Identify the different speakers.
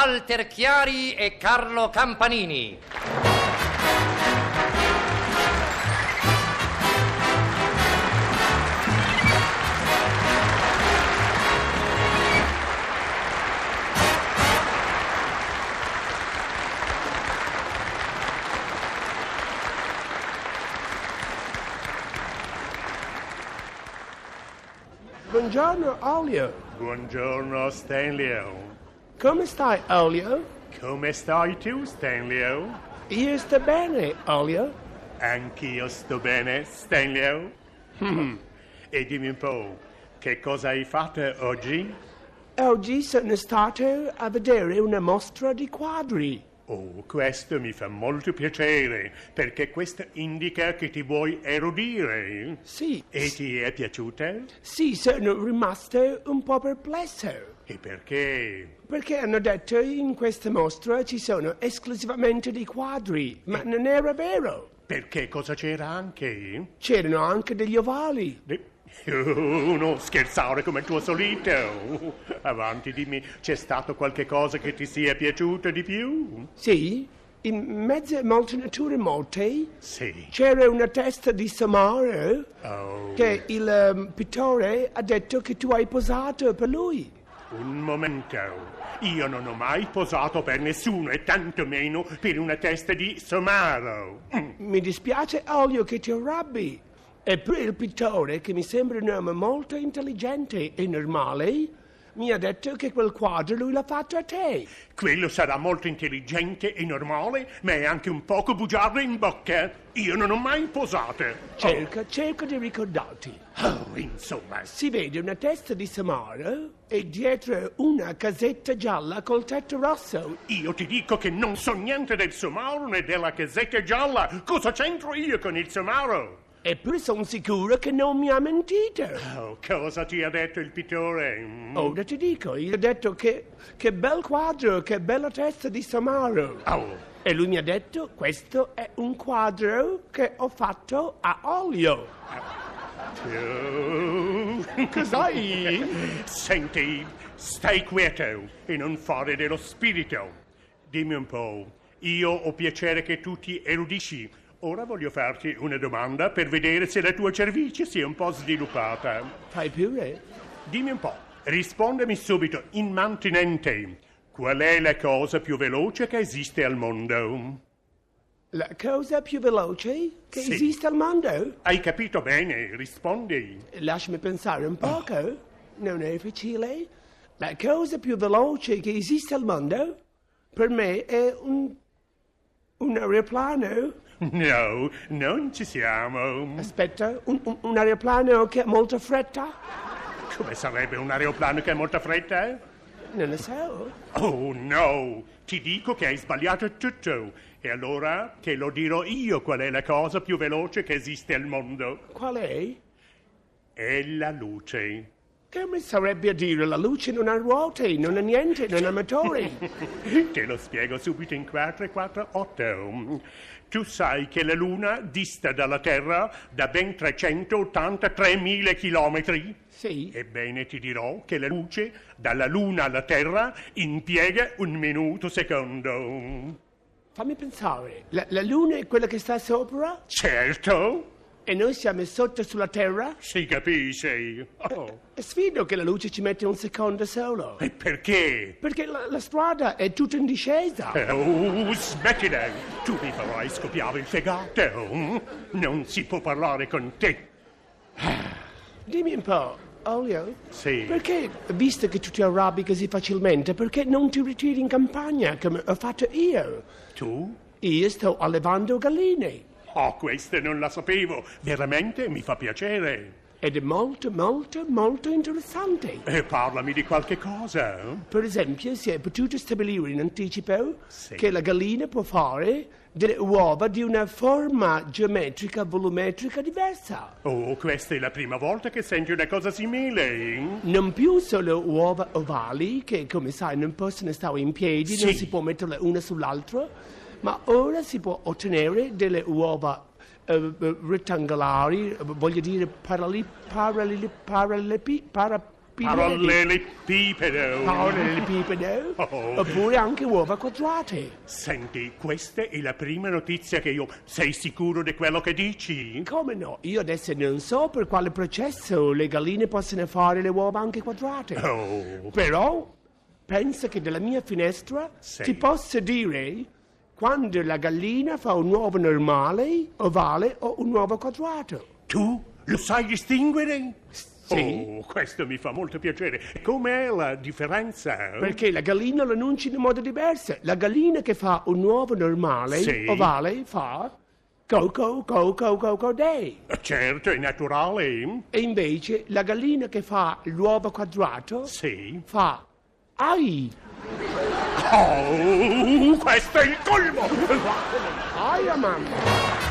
Speaker 1: Walter Chiari e Carlo Campanini.
Speaker 2: Buongiorno, Olio.
Speaker 3: Buongiorno Stanlio.
Speaker 2: Come stai, Olio?
Speaker 3: Come stai tu Stanlio?
Speaker 2: Io sto bene, Olio.
Speaker 3: Anch'io sto bene Stanlio. Hmm. E dimmi un po', che cosa hai fatto oggi?
Speaker 2: Oggi sono stato a vedere una mostra di quadri.
Speaker 3: Oh, questo mi fa molto piacere, perché questo indica che ti vuoi erudire.
Speaker 2: Sì,
Speaker 3: E ti è piaciuta?
Speaker 2: sì, sono rimasto un po' perplesso.
Speaker 3: E perché?
Speaker 2: Perché hanno detto in questa mostra ci sono esclusivamente dei quadri, ma non era vero.
Speaker 3: Perché cosa c'era anche?
Speaker 2: C'erano anche degli ovali.
Speaker 3: Eh, Oh, non scherzare come il tuo solito. Avanti, dimmi, c'è stato qualche cosa che ti sia piaciuta di più?
Speaker 2: Sì, in mezzo a molte nature morte
Speaker 3: Sì.
Speaker 2: c'era una testa di Samaro
Speaker 3: Oh,
Speaker 2: che il ehm, pittore ha detto che tu hai posato per lui.
Speaker 3: un momento. Io non ho mai posato per nessuno e tantomeno per una testa di somaro. Mm,
Speaker 2: Mi dispiace, Olio, che ti arrabbi. Eppure il pittore, che mi sembra un uomo molto intelligente e normale, mi ha detto che quel quadro lui l'ha fatto a te.
Speaker 3: Quello sarà molto intelligente e normale, ma è anche un poco bugiardo in bocca. Io non ho mai posato.
Speaker 2: Cerca, cerca di ricordarti.
Speaker 3: Oh, insomma,
Speaker 2: Si vede una testa di Samara e dietro una casetta gialla col tetto rosso.
Speaker 3: Io ti dico che non so niente del somaro né della casetta gialla. Cosa c'entro io con il somaro?
Speaker 2: Eppure sono sicuro che non mi ha mentito.
Speaker 3: Oh, cosa ti ha detto il pittore? Mm.
Speaker 2: Ora Oh, ti dico, io ho detto che, che bel quadro, che bella testa di Samaro.
Speaker 3: Oh,
Speaker 2: E lui mi ha detto, questo è un quadro che ho fatto a olio.
Speaker 3: tu-
Speaker 2: Cos'hai?
Speaker 3: Senti, stai quieto e non fare dello spirito. Dimmi un po', io ho piacere che tu ti erudisci. Ora voglio farti una domanda per vedere se la tua cervice si è un po' sviluppata.
Speaker 2: Fai pure?
Speaker 3: Dimmi un po', rispondami subito, immantinente. Qual è la cosa più veloce che esiste al mondo?
Speaker 2: La cosa più veloce che
Speaker 3: Sì.
Speaker 2: esiste al mondo?
Speaker 3: Hai capito bene, rispondi.
Speaker 2: Lasciami pensare
Speaker 3: Oh.
Speaker 2: un poco, non è facile. La cosa più veloce che esiste al mondo, per me, è un... un aeroplano.
Speaker 3: No, non ci siamo.
Speaker 2: Aspetta, un, un- un aeroplano che ha molta fretta?
Speaker 3: Come sarebbe un aeroplano che ha molta fretta? eh?
Speaker 2: Non lo so.
Speaker 3: Oh no, ti dico che hai sbagliato tutto. E allora te lo dirò io qual è la cosa più veloce che esiste al mondo.
Speaker 2: Qual è?
Speaker 3: È la luce.
Speaker 2: Come sarebbe a dire la luce non ha ruote, non ha niente, non ha motori?
Speaker 3: Te lo spiego subito in 448. Tu sai che la Luna dista dalla Terra da ben 383.000 chilometri?
Speaker 2: Sì,
Speaker 3: Ebbene ti dirò che la luce dalla Luna alla Terra impiega un minuto secondo.
Speaker 2: fammi pensare. La, la luna è quella che sta sopra
Speaker 3: Certo,
Speaker 2: e noi siamo sotto sulla terra?
Speaker 3: si capisce. Oh,
Speaker 2: E Sfido che la luce ci mette un secondo solo.
Speaker 3: E perché?
Speaker 2: Perché la, la strada è tutta in discesa.
Speaker 3: Oh, smettila! Tu mi farai scoppiare il fegato. Non si può parlare con te.
Speaker 2: Dimmi un po', Olio,
Speaker 3: Sì.
Speaker 2: perché, visto che tu ti arrabbi così facilmente, perché non ti ritiri in campagna come ho fatto io?
Speaker 3: Tu?
Speaker 2: Io sto allevando galline.
Speaker 3: Oh, questa non la sapevo. Veramente mi fa piacere.
Speaker 2: Ed è molto, molto, molto interessante.
Speaker 3: E parlami di qualche cosa.
Speaker 2: Per esempio, si è potuto stabilire in anticipo
Speaker 3: Sì.
Speaker 2: che la gallina può fare delle uova di una forma geometrica volumetrica diversa.
Speaker 3: Oh, questa è la prima volta che senti una cosa simile.
Speaker 2: Non più solo uova ovali, che come sai non possono stare in piedi,
Speaker 3: Sì.
Speaker 2: non si può metterle una sull'altra, ma ora si può ottenere delle uova eh, eh, rettangolari, eh, voglio dire parali- paralili- paralepi- para-
Speaker 3: Parallelepipedo.
Speaker 2: Parallelepipedo.
Speaker 3: Oh.
Speaker 2: Oppure anche uova quadrate.
Speaker 3: Senti, questa è la prima notizia che io... Sei sicuro di quello che dici?
Speaker 2: Come no? Io adesso non so per quale processo le galline possono fare le uova anche quadrate.
Speaker 3: Oh,
Speaker 2: Però penso che dalla mia finestra
Speaker 3: Sì.
Speaker 2: ti posso dire quando la gallina fa un uovo normale, ovale o un uovo quadrato.
Speaker 3: tu lo sai distinguere?
Speaker 2: sì.
Speaker 3: Oh, questo mi fa molto piacere. Com'è la differenza?
Speaker 2: Perché la gallina lo annuncia in modo diverso. La gallina che fa un uovo normale,
Speaker 3: Sì.
Speaker 2: ovale, fa coco, coco, coco day.
Speaker 3: Certo, è naturale.
Speaker 2: E invece la gallina che fa l'uovo quadrato
Speaker 3: Sì.
Speaker 2: fa ai.
Speaker 3: Oh, questo è il colmo!
Speaker 2: Ai, mamma.